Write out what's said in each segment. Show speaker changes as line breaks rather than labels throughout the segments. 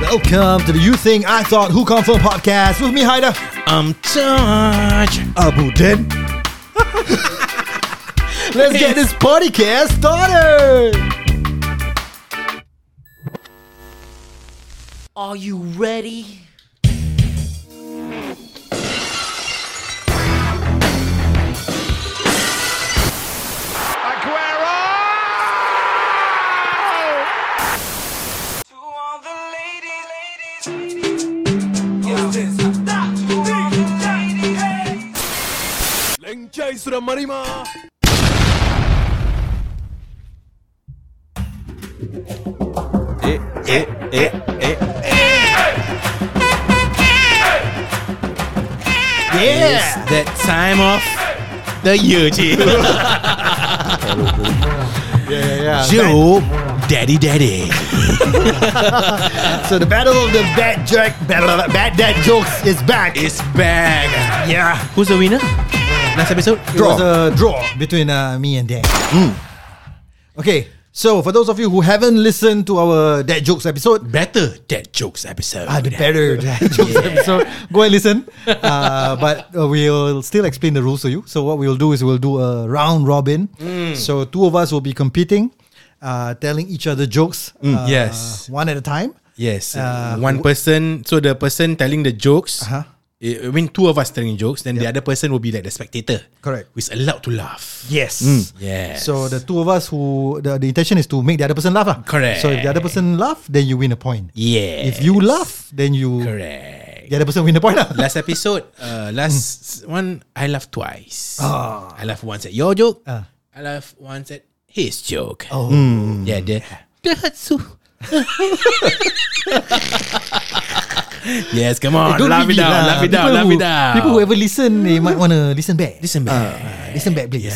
Welcome to the You Think I Thought Who Confirm podcast with me, Haida
I'm Taj.
Abu Den. Let's get this podcast started.
Are you ready?
To all the ladies, ladies, ladies. Yo, this. To all the ladies, ladies.
Lengcai sudah marima.
Eh, It's
Yeah.
that time of the year, Ji.
Yeah, yeah.
Joe, daddy, daddy.
So the battle of the bad jack, bad, bad dad jokes is back.
It's back.
yeah.
Who's the winner? Last episode?
It was a draw between uh, me and Dan. Okay. So for those of you who haven't listened to our dad jokes episode,
Better dad jokes episode.
Ah, the better dad jokes episode. Go and listen. Uh, but uh, we'll still explain the rules to you. So what we'll do is we'll do a round robin.
Mm.
So two of us will be competing, uh, telling each other jokes. uh,
Mm, yes.
one at a time.
Yes.
Uh,
One person, so the person telling the jokes,
Uh-huh.
eh, I mean, two of us telling jokes, then the other person will be like the spectator.
Correct.
Who is allowed to laugh.
Yes. Mm.
Yes.
So the two of us who the, the intention is to make the other person laugh. lah.
Correct.
So if the other person laugh, then you win a point.
yeah.
If you laugh, then you
Correct.
the other person win a point. lah.
last episode, uh, last
Mm.
one, I laughed twice. I laughed once at your joke.
Ah.
I laughed once at his joke. Oh. Yeah, the, Datsu. yes, come on.
Eh, Don't
laugh
read
it out.
lah.
Laugh it out.
People
Laugh
who,
it out.
People who ever listen, they might want to listen back.
Listen back.
Uh, listen back, please.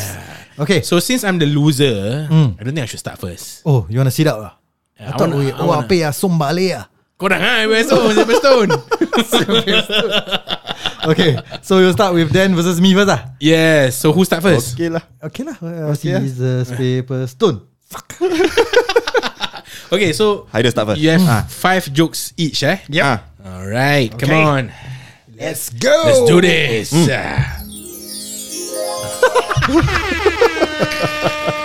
Okay.
so since I'm the loser,
Mm.
I don't think I should start first.
Oh, you want to sit out? lah? I
Yeah, I
thought we,
wanna- I
oh,
wanna.
apa ya, sombale ya.
Korang ah, Where's stone? Where's stone?
Okay, so you'll start with Dan versus me first lah.
Yes. So who start first?
Okay lah.
Okay lah, I'll see scissors, paper, stone.
Okay. so
Haida start first. Ah.
you
Ah.
have five jokes each, eh?
Yeah.
All right. Come on.
Let's go!
Let's do this. Ah.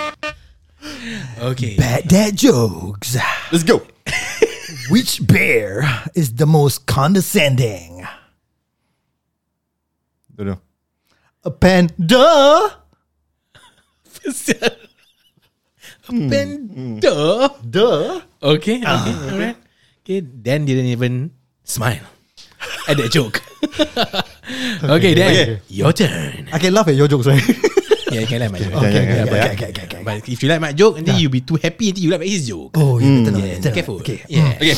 okay.
Bad dad jokes.
Let's go.
Which bear is the most condescending?
Don't know.
A panda?
Hmm, Bender.
Duh.
Okay. Okay. All right. Okay. Dan didn't even smile at that joke. okay, Dan,
Okay.
your turn.
I can laugh at your jokes, right?
Yeah, you can like my joke.
Okay, okay,
Yeah, but-
okay, okay, okay.
But if you like my joke, and then you'll be too happy until you like his joke.
oh, you better not.
Yeah, Hmm.
better not.
careful.
Okay.
Yeah.
Okay.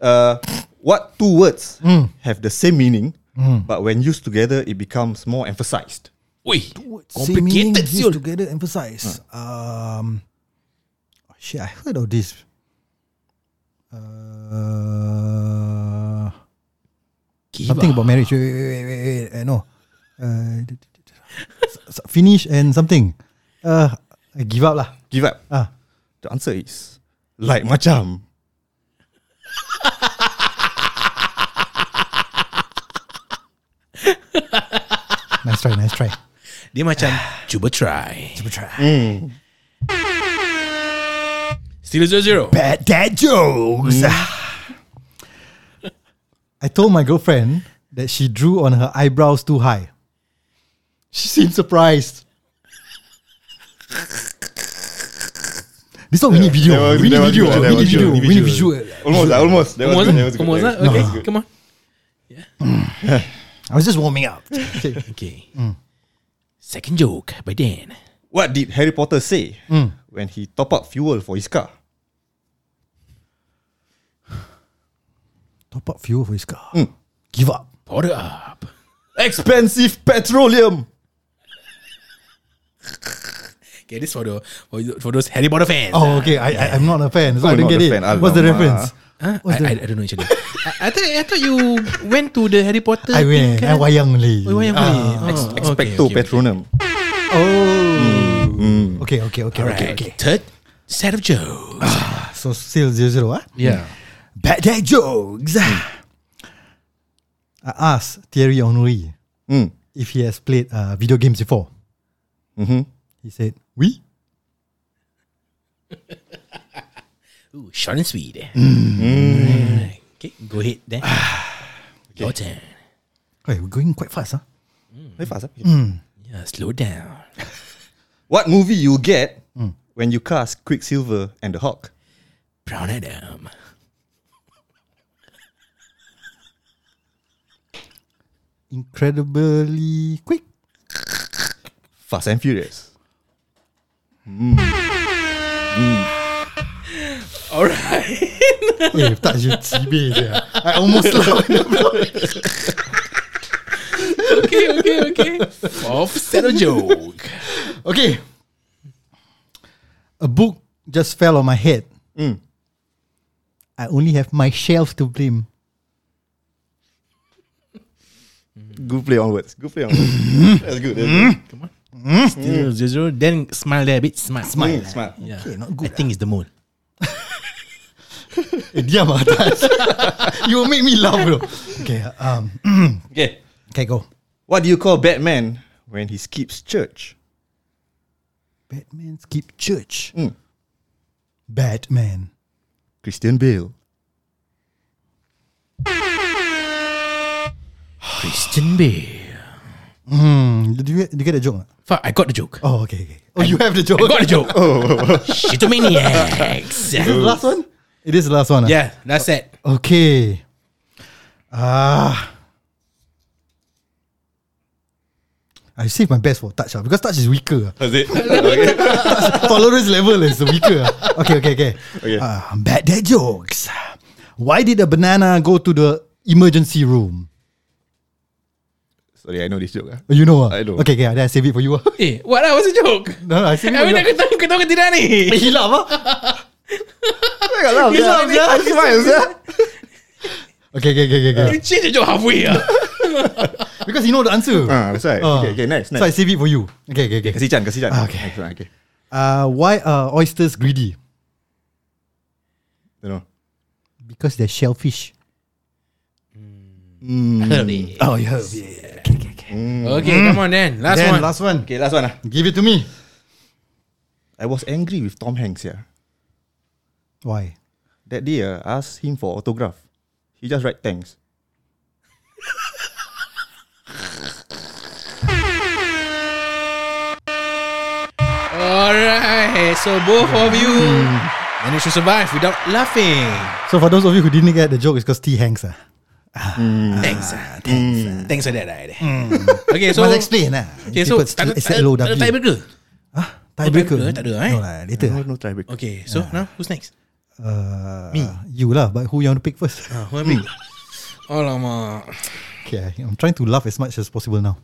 Uh, what two words have the same meaning, but when used together, it becomes more emphasized?
Wait.
Same meaning,
Complicated.
used
siul.
together, emphasize. Um, oh, shit, I heard of this. Uh, something about marriage. Wait, wait, wait, wait, wait. Uh, no. Uh, d- d- d- d- s- s- finish and something. Uh, I give up lah.
Give up.
Ah,
The answer is like macam.
nice try, nice try.
Dia macam Cuba try
Super try.
Still zero zero
Bad dad jokes.
Mm.
I told my girlfriend that she drew on her eyebrows too high. She seemed surprised. this one we need video.
That was-
Uh, we need
that was
video.
good, that
We need
was good,
video.
we need
We need
visual.
visual.
Almost, ah, almost. That was
Almost
good,
ah,
that was good,
Almost ah.
that was
Okay
good.
come on
I was just warming up. Okay.
Okay
Hmm.
Second joke By Dan
What did Harry Potter say when he top up fuel for his car?
Top up fuel for his car.
Mm.
Give up.
Pour it up
Expensive petroleum.
Okay this for the For, the- for those Harry Potter fans
Oh, okay. I, I, I'm not a fan, so
Oh,
I didn't
not
get
a
it.
fan.
What's the
Alamak.
reference?
Huh?
What's
I, I,
the-
I don't know actually I, I, thought, I thought you Went to the Harry Potter
I went. I wayang only.
Wayang
Ah.
Kulit. Oh,
Expecto
okay, okay, okay.
patronum.
Oh. Okay, okay, okay, okay,
Alright
okay.
Third Set of jokes
So still zero zero. ah.
Yeah
Bad dad jokes.
Hmm.
I asked Thierry Henry
Mm.
if he has played uh, video games before.
Mm-hmm.
Mhm.
He said, "We."
Ooh, short and sweet.
Mm.
Alright. Okay, go ahead then.
Ah,
Your turn.
Hey, we're going quite fast, huh?
Very fast, eh?
Yeah, slow down.
What movie you get when you cast Quicksilver and the Hulk?
Brown Adam.
Incredibly quick.
Fast and Furious.
Alright.
eh, tak je cibir je. I almost laugh.
okay, okay, okay. Off set a joke.
Okay. A book just fell on my head.
Mm.
I only have my shelf to blame.
Good play onwards. Hmm. Good play onwards. that's good. That's good.
Still zero. Then smile there a bit. Smile.
Smile, smile.
Yeah.
Okay, not good ah.
I think it's the moon.
Eh, diam lah atas. you make me laugh bro. Okay, um,
Okay.
okay go.
What do you call Batman when he skips church?
Batman skip church.
Mm.
Batman.
Christian Bale.
Christian Bale.
Mm, did, you get, did you get the joke? or not?
Fuck, I got the joke.
Oh, okay, okay. Oh, you have the joke.
I got the joke.
Is
Shitomaniacs.
it the last one? It is the last one. ah?
yeah, that's it.
Okay. Ah. I saved my best for touch ah, because touch is weaker. ah.
That's it. okay.
Tolerance level is weaker. ah. okay, okay, okay.
Okay.
Ah, bad dad jokes. Why did a banana go to the emergency room?
Sorry, I know this joke. ah.
You know ah.
I know.
Okay, okay, then I save it for you ah.
Eh, what lah? What's the joke?
no, no, I save it. ah.
I mean, aku tahu, aku tahu ke tidak ni.
Hilap ah.
He's
sia.
not
He's not
He's not sia.
Okay, okay, okay, okay, okay.
You change the joke halfway ah.
Because you know the answer.
Ah, that's right.
Ah.
Okay, okay, next,
So I
next.
save it for you. Okay, okay, okay.
Kasih Chan, kasih Chan.
Ah, okay.
Next one, okay.
Uh, why are oysters greedy?
Don't know.
Because they're shellfish. Oh, yeah. yeah.
Okay, come on then.
Mm.
Last
Then
one.
last one.
Okay, last one. ah.
Give it to me.
I was angry with Tom Hanks yeah.
Why?
That day, uh, I asked him for autograph. He just write thanks.
Alright, so both of you
Mm.
managed to survive without laughing.
So for those of you who didn't get the joke, it's because T Hanks. Ah,
Thanks. ah, Thanks. ah. Thanks for that. ah, there. Okay, so
Must Mm. explain lah.
Okay, so tak ada
it's
tak
low
ada- tak ada
W.
tiebreaker.
Tiebreaker.
Oh, tiebreaker, tak ada, eh?
No lah, later.
No, no tiebreaker.
Okay, so now who's next?
Uh, Me. You lah, but who you want to pick first?
Uh, who am I? Alamak.
Okay, I'm trying to laugh as much as possible now.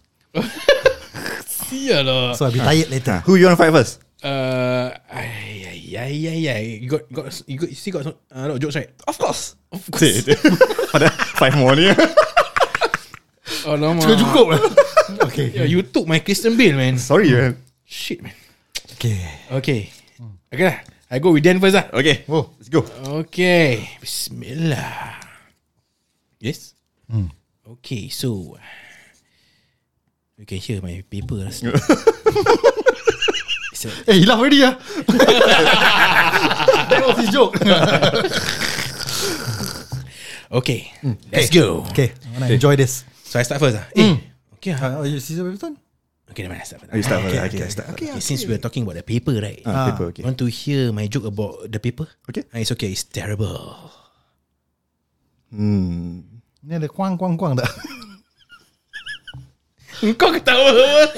Sia lah.
So I'll be tired later.
Who you want to fight first?
Uh, ay, ay, ay, ay, ay. You got, got, you got, you still got some, uh, a lot of jokes, right?
Of course. Of course. five more ni.
Oh, no,
okay.
Yeah, you took my Christian Bale, man.
Sorry, man.
Shit, man.
Okay.
Okay. Okay lah. I go with Dan first lah.
Okay,
Whoa.
let's go.
Okay. Bismillah. Yes? Hmm. Okay, so... You can hear my paper. lah. so,
Hey, he laugh already ah. that was his joke.
okay, let's go.
okay, I want to enjoy this.
So I start first ah. Eh, okay ah.
Uh, you see the
Okay, never mind, I Oh, start first.
You start first. Okay,
okay,
I start.
Okay, since we're talking about the paper, right?
Ah, paper, okay.
Want to hear my joke about the paper?
Okay.
Ah, it's okay. It's terrible.
Hmm.
Ni ada kuang kuang kuang tak?
Kau ketawa.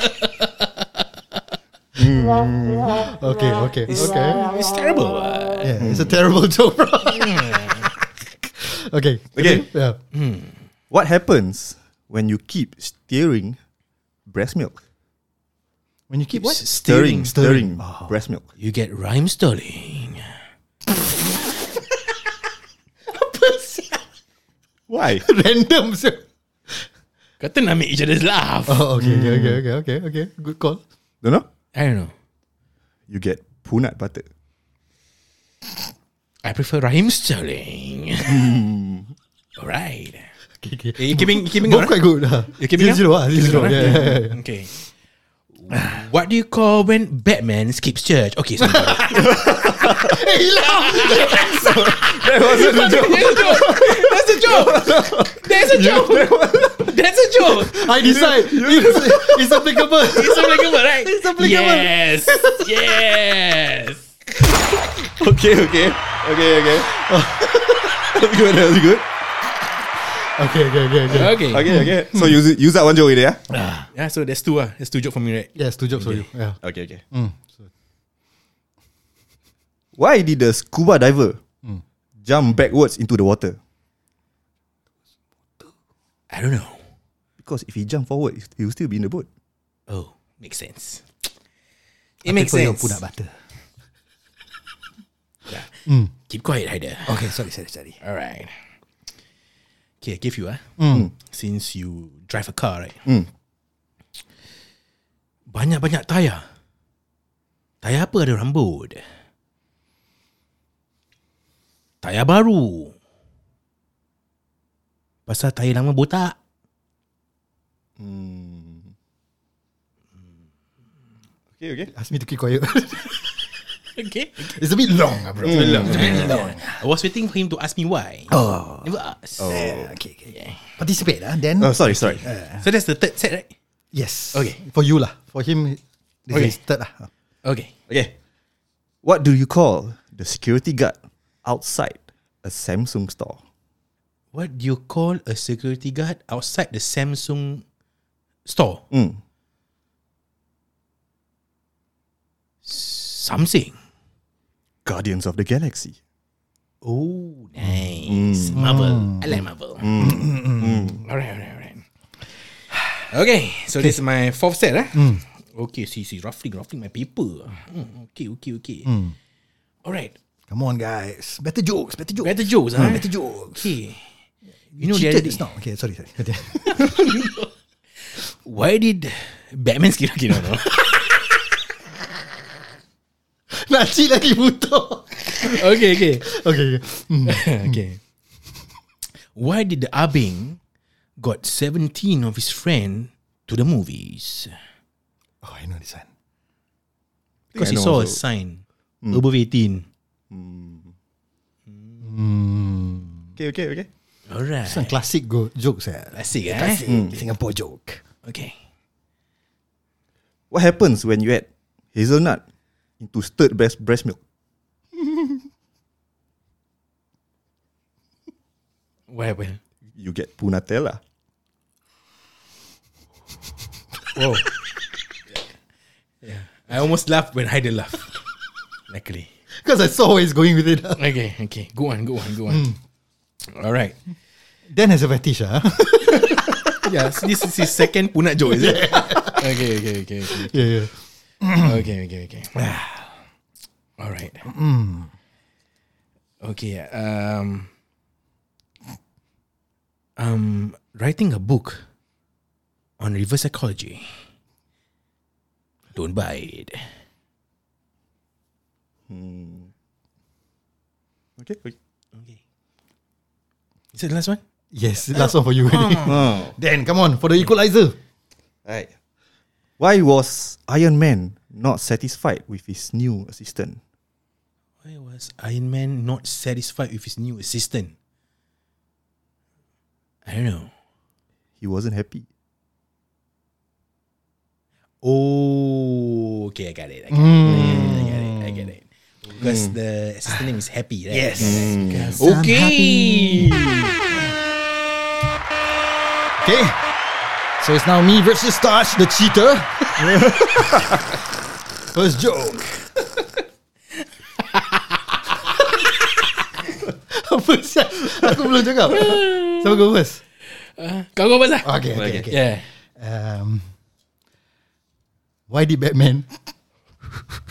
Okay, okay, okay.
It's terrible. ah.
Yeah, it's a terrible joke, bro. okay.
Okay.
Yeah.
What happens when you keep stirring breast milk?
When you keep what?
Stirring,
Stirring.
stirring, Ah. breast milk.
You get rhyme stalling.
Why?
Random. sia.
Kata nak make each other's laugh.
Oh, okay, okay, okay, okay, okay, okay. Good call.
Don't know.
I don't know.
You get peanut butter.
I prefer Rahim Sterling. All right.
Okay, okay.
Hmm. Eh, You keeping you keeping
Both
around?
quite good. Uh.
You keeping
zero, zero,
up?
ah, zero, zero,
Keeping
yeah,
around?
yeah, yeah.
Okay. What do you call when Batman skips church? Okay, sorry. got
That wasn't a joke.
it. That's a joke. That's a joke. That's a joke.
I decide. It's, it's applicable.
It's applicable, right? It's
applicable.
Yes. Yes.
Okay, okay. Okay, okay. that's good, that's good.
okay, okay, okay, okay.
Okay.
Okay, okay. So use, it- use that one joke there. Yeah?
Yeah, so that's two. Ah, that's two joke for me, right?
Yes, two jobs for you. Yeah.
Okay, okay. Why did the scuba diver jump backwards into the water?
I don't know.
Because if he jump forward, he will still be in the boat.
Oh, makes sense. It makes
People, you
sense.
put up butter.
Keep quiet, Haider.
Okay, sorry, sorry, sorry.
All right. Okay, I give you ah.
Mm.
Since you drive a car, right? Banyak-banyak tayar. Tayar apa ada rambut? Tayar baru. Pasal tayar lama botak.
Okay, okay.
Ask me to keep quiet.
Okay.
it's a bit long, ah, bro.
Mm. I was waiting for him to ask me why.
Oh.
Never ask.
Yeah, okay, okay. Ah. Participate, ah. Then
Oh, sorry, sorry.
So that's the third set, right?
yes.
Uh. Okay.
For you lah. For him, this
Okay.
is third lah.
Okay.
Okay. What do you call the security guard outside a Samsung store?
What do you call a security guard outside the Samsung store?
Mm.
Something.
Guardians of the Galaxy.
Oh, nice. Marvel. I like Marvel. Mm. All right, all right, all right. Okay, so this is my fourth set. Eh? Okay, see, see, roughly, roughly my paper. Mm, okay, okay, okay. All right.
Come on, guys. Better jokes, better jokes.
Better jokes, huh?
Better jokes.
Okay. You know, the
Cheated
other
is
day,
not. Okay, sorry, sorry.
why did Batman skip? Okay, no, no.
Nak cheat lagi butuh.
okay, okay.
Okay, okay. Mm.
okay. Why did the Abing got 17 of his friend to the movies?
Oh, I know this one.
Because
I
he
know
saw a
also.
sign. Above 18.
Okay, okay, okay.
All right.
Some Kan classic go- jokes, eh.
Classic, eh?
Singapore joke.
Okay.
What happens when you add hazelnut into stirred breast, breast milk?
What happened?
You get punatella.
Whoa. yeah. I almost laughed when I did laugh. Luckily.
Because I saw where he's going with it. ah.
Okay, okay. Go on, go on, go on. All right.
Dan has a fetish, ah.
Yeah, so this is his second punat joke, is it? okay, okay, okay, okay.
yeah, yeah.
okay, okay, okay. All right. Okay. Um. Um. Writing a book on reverse psychology. Don't buy it.
Okay, okay.
Okay. Is that the last one?
Yes, last one for you. already.
Oh.
Dan, come on for the equalizer.
Right. Why was Iron Man not satisfied with his new assistant?
Why was Iron Man not satisfied with his new assistant? I don't know.
He wasn't happy.
Oh, okay, I got it. I got, it. I got it. I get it. Because the assistant name is Happy, right? Mm. Yes. Okay.
Okay. So it's now me versus Starch, the cheater. First joke. Apa sial? Aku belum cakap. Siapa go first?
Kau kau pasal?
Okay, okay, okay.
Yeah.
Um, why did Batman?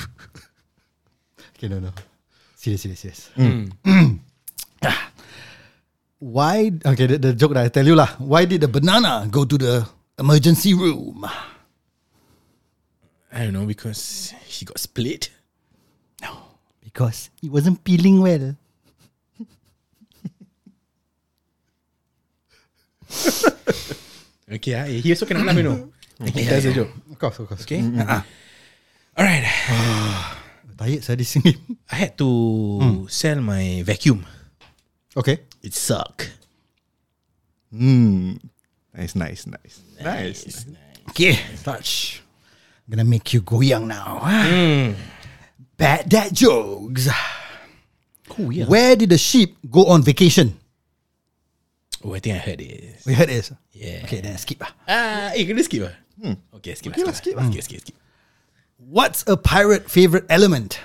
okay, no, no. Serious, serious, serious. Ah. why? Okay, the, the joke that I tell you lah. Why did the banana go to the emergency room?
I don't know because he got split.
Because he wasn't peeling well.
Okay, ah, eh, he also cannot laugh, you know. He tells a joke.
Of course, of course.
Okay. Ah, ah. Alright.
Tired saya di sini.
I had to sell my vacuum.
Okay.
It suck.
Mm. Nice, nice, nice. Nice.
Okay. Touch. Gonna make you goyang now.
Mm.
Bad dad jokes.
Cool, yeah.
Where did the sheep go on vacation?
Oh, I think I heard this.
We heard this.
Yeah.
Okay, then skip. ah.
Ah, eh, kena skip ah. Okay, skip lah, skip lah. Skip, skip, skip.
What's a pirate favorite element?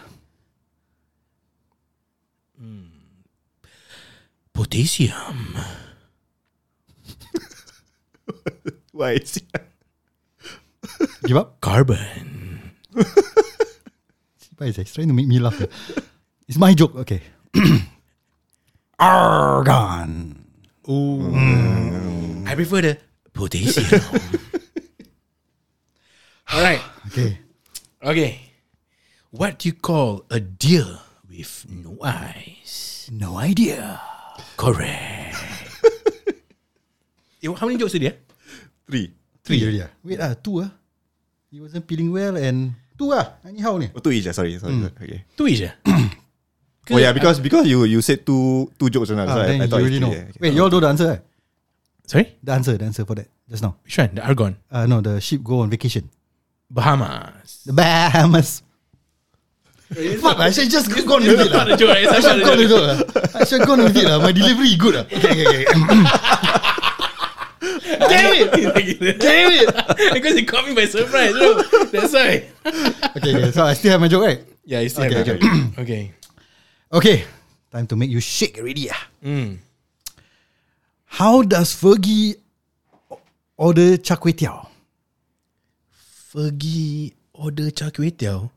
Potassium.
Why is
Give up.
Carbon.
Why is he trying to make me laugh? it's my joke. Okay. Argon.
I Mm. prefer the potassium. Alright.
Okay.
Okay. What do you call a deer with no eyes?
No idea.
Correct. Eh, How many jokes did you?
three?
Three already. ah? Wait ah, two ah. He wasn't feeling well and two ah. Anyhow ni.
Oh, two each. ah, Sorry, sorry. sorry. Okay.
Two each ah?
Oh yeah, because because you you said two two jokes
Ah,
and so I,
then
I
you
thought
already
it's
know.
three, yeah, okay.
Wait, you all know the answer. eh?
Sorry?
The answer, the answer for that just now.
Which one? The Argon.
Uh, no, the sheep go on vacation.
Bahamas.
The Bahamas. Fuck, I should just go on with it. lah.
joke, right?
I
It's not
should
the
go on with it. lah. I should go on with it. lah. My delivery good. ah. lah. Okay, okay, okay. Damn it! Damn it!
Because it caught me by surprise. you know? That's why.
Okay, okay, so I still have my joke, right?
Yeah, you still
Okay,
have a joke. Okay.
Okay, time to make you shake already. ah. How does Fergie order char kway teow?
Fergie order char kway teow.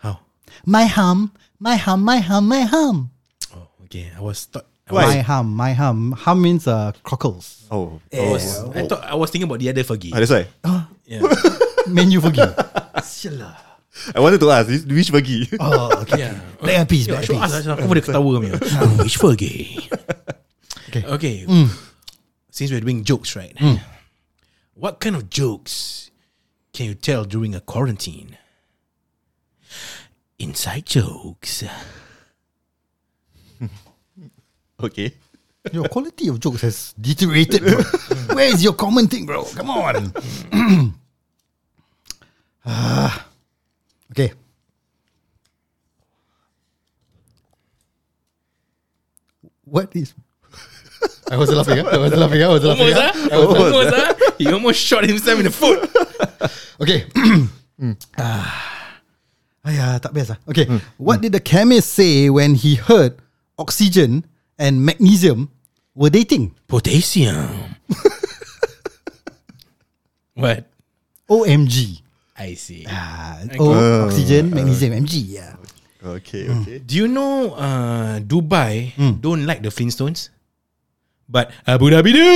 How?
My hum, my hum, my hum, my hum.
Oh, okay. I was thought. I
Why?
My hum, my hum. Hum means uh, cockles.
Oh, oh.
Was, I thought I was thinking about the other Fergie.
Ah, that's why.
Yeah.
Menu Fergie. Sial lah.
I wanted to ask which- which bagi.
Oh, okay.
yeah.
Black Eyed Peas,
Yo,
Black Eyed
show
Peas.
us. us, Aku boleh ketawa punya. Which Fergie?
Okay. Mm.
Okay. Since we're doing jokes, right? What kind of jokes can you tell during a quarantine? Inside jokes.
Okay.
Your quality of jokes has deteriorated, bro. Where is your common thing, bro? Come on. Mm. Ah. okay. What is. I was laughing. ah. I was laughing. ah. I was laughing.
Almost,
ah.
ah. Almost, ah. He almost shot himself in the foot.
Okay. Mm. Ah. Ayah, tak best lah. Okay. What did the chemist say when he heard oxygen and magnesium were dating?
Potassium. what?
OMG.
I see.
Ah, O, oxygen, magnesium, MG. Yeah.
Okay,
Hmm.
okay.
Do you know uh, Dubai don't like the Flintstones? But uh, Abu Dhabi do!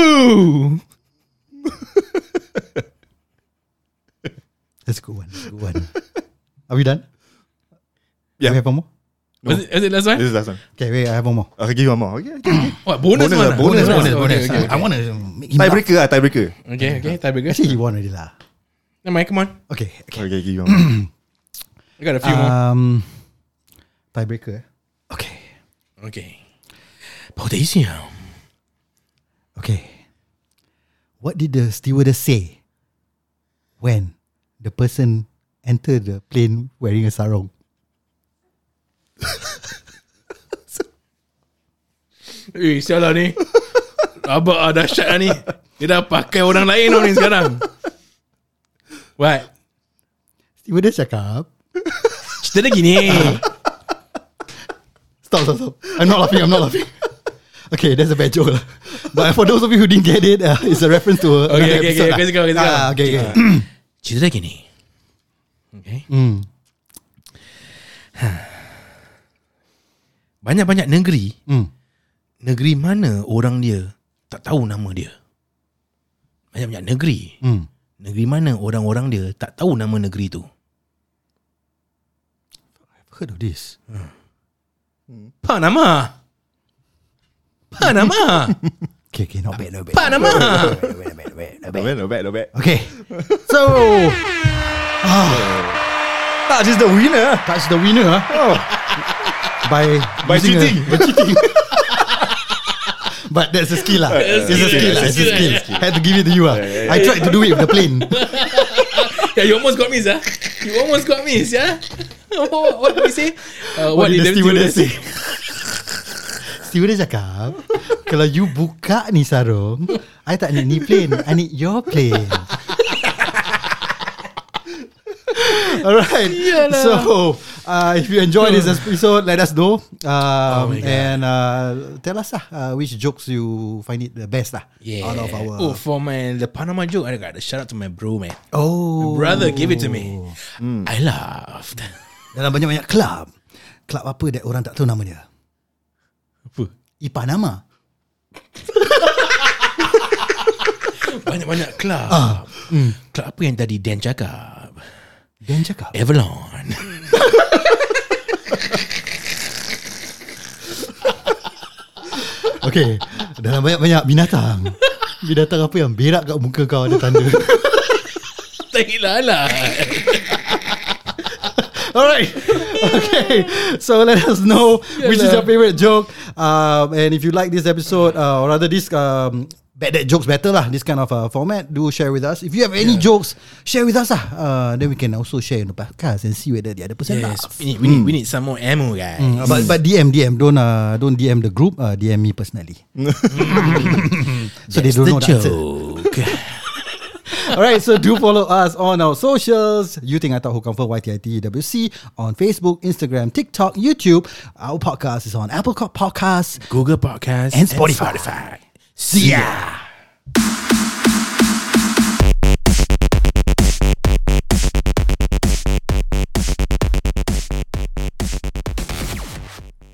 That's a good one. that's a Good one. Are we done? We
Yeah.
have one more?
Was, it, was it last one?
This is last one.
Okay, wait, I have one more.
Okay, give one more. Okay, okay. okay.
Hmm.
What, bonus, one?
Bonus lah,
ah?
bonus,
one.
bonus,
okay, Okay,
I want to make him laugh.
Tiebreaker ah, tiebreaker.
okay, okay, tiebreaker.
Actually, he won already lah.
Never mind, come on.
Okay, okay.
Okay, give one
I
more.
got a few
Um, tiebreaker. eh? Okay,
more. Okay. Potassium.
okay. What did the stewardess say when the person entered the plane wearing a sarong?
Eh, sial lah ni. Rabak lah, dahsyat lah ni. Dia dah pakai orang lain tau ni sekarang. What?
Stewardess cakap,
Cerita dia gini.
Stop, stop, stop. I'm not laughing, I'm not laughing. Okay, that's a bad joke. lah. But for those of you who didn't get it, uh, it's a reference to a
Okay, okay,
episode.
okay.
lah.
Let's go, let's go.
Ah, okay, okay.
Cerita dia gini. Okay.
Mm,
Banyak-banyak negeri,
Hmm.
negeri mana orang dia tak tahu nama dia. Banyak-banyak negeri.
Hmm.
Negeri mana orang-orang dia tak tahu nama negeri tu.
I've heard of this.
Panama. Panama.
Okay, okay, not bad, not bad.
Pak nama.
Not bad, not bad, not bad, not
No
bad.
bad, no bad, no bad.
Okay, so
Touch is the winner.
that's the winner ah. by
By
using a-
cheating.
by cheating. But that's a skill lah. It's a skill lah. It's a skill. Had to give it to you ah. I tried to do it with the plane.
Yeah, you almost got me, sir. You almost got me, yeah. what, what did we say? Uh,
What did the stewardess
stewardess
say? Stewardess cakap Kalau you buka ni sarung I tak need ni plane I need your plane Alright
Iyalah. Oh
So uh, If you enjoy this episode Let us know um,
my God.
And uh, Tell us lah uh, Which jokes you Find it the best lah
Yeah.
Out of our
oh, for my the Panama joke, I got a shout out to my bro, man.
Oh.
Brother, give it to me. I laughed.
Dalam banyak-banyak club Club apa that orang tak tahu nama dia
Apa?
Ipanama
Banyak-banyak club. Club apa yang tadi Dan cakap?
Dan cakap
Avalon.
Okay Dalam banyak-banyak binatang Binatang apa yang berak kat muka kau ada tanda
tak hilang lah.
Alright Okay So let us know Which is your favourite joke um, And if you like this episode uh, Or rather this um, Bad that jokes better lah This kind of uh, format Do share with us If you have any jokes Share with us lah uh, Then we can also share in the podcast And see whether the other person
Yes, Mm.
laugh
we need, we, need, we need some more ammo, guys.
Uh, But, but DM DM Don't uh, don't DM the group uh, DM me personally So they don't know the answer
joke.
All right, so do follow us on our socials. You think I thought who confirm YTITWC on Facebook, Instagram, TikTok, YouTube. Our podcast is on Apple Co- Podcasts
Google Podcast
and Spotify.
See ya.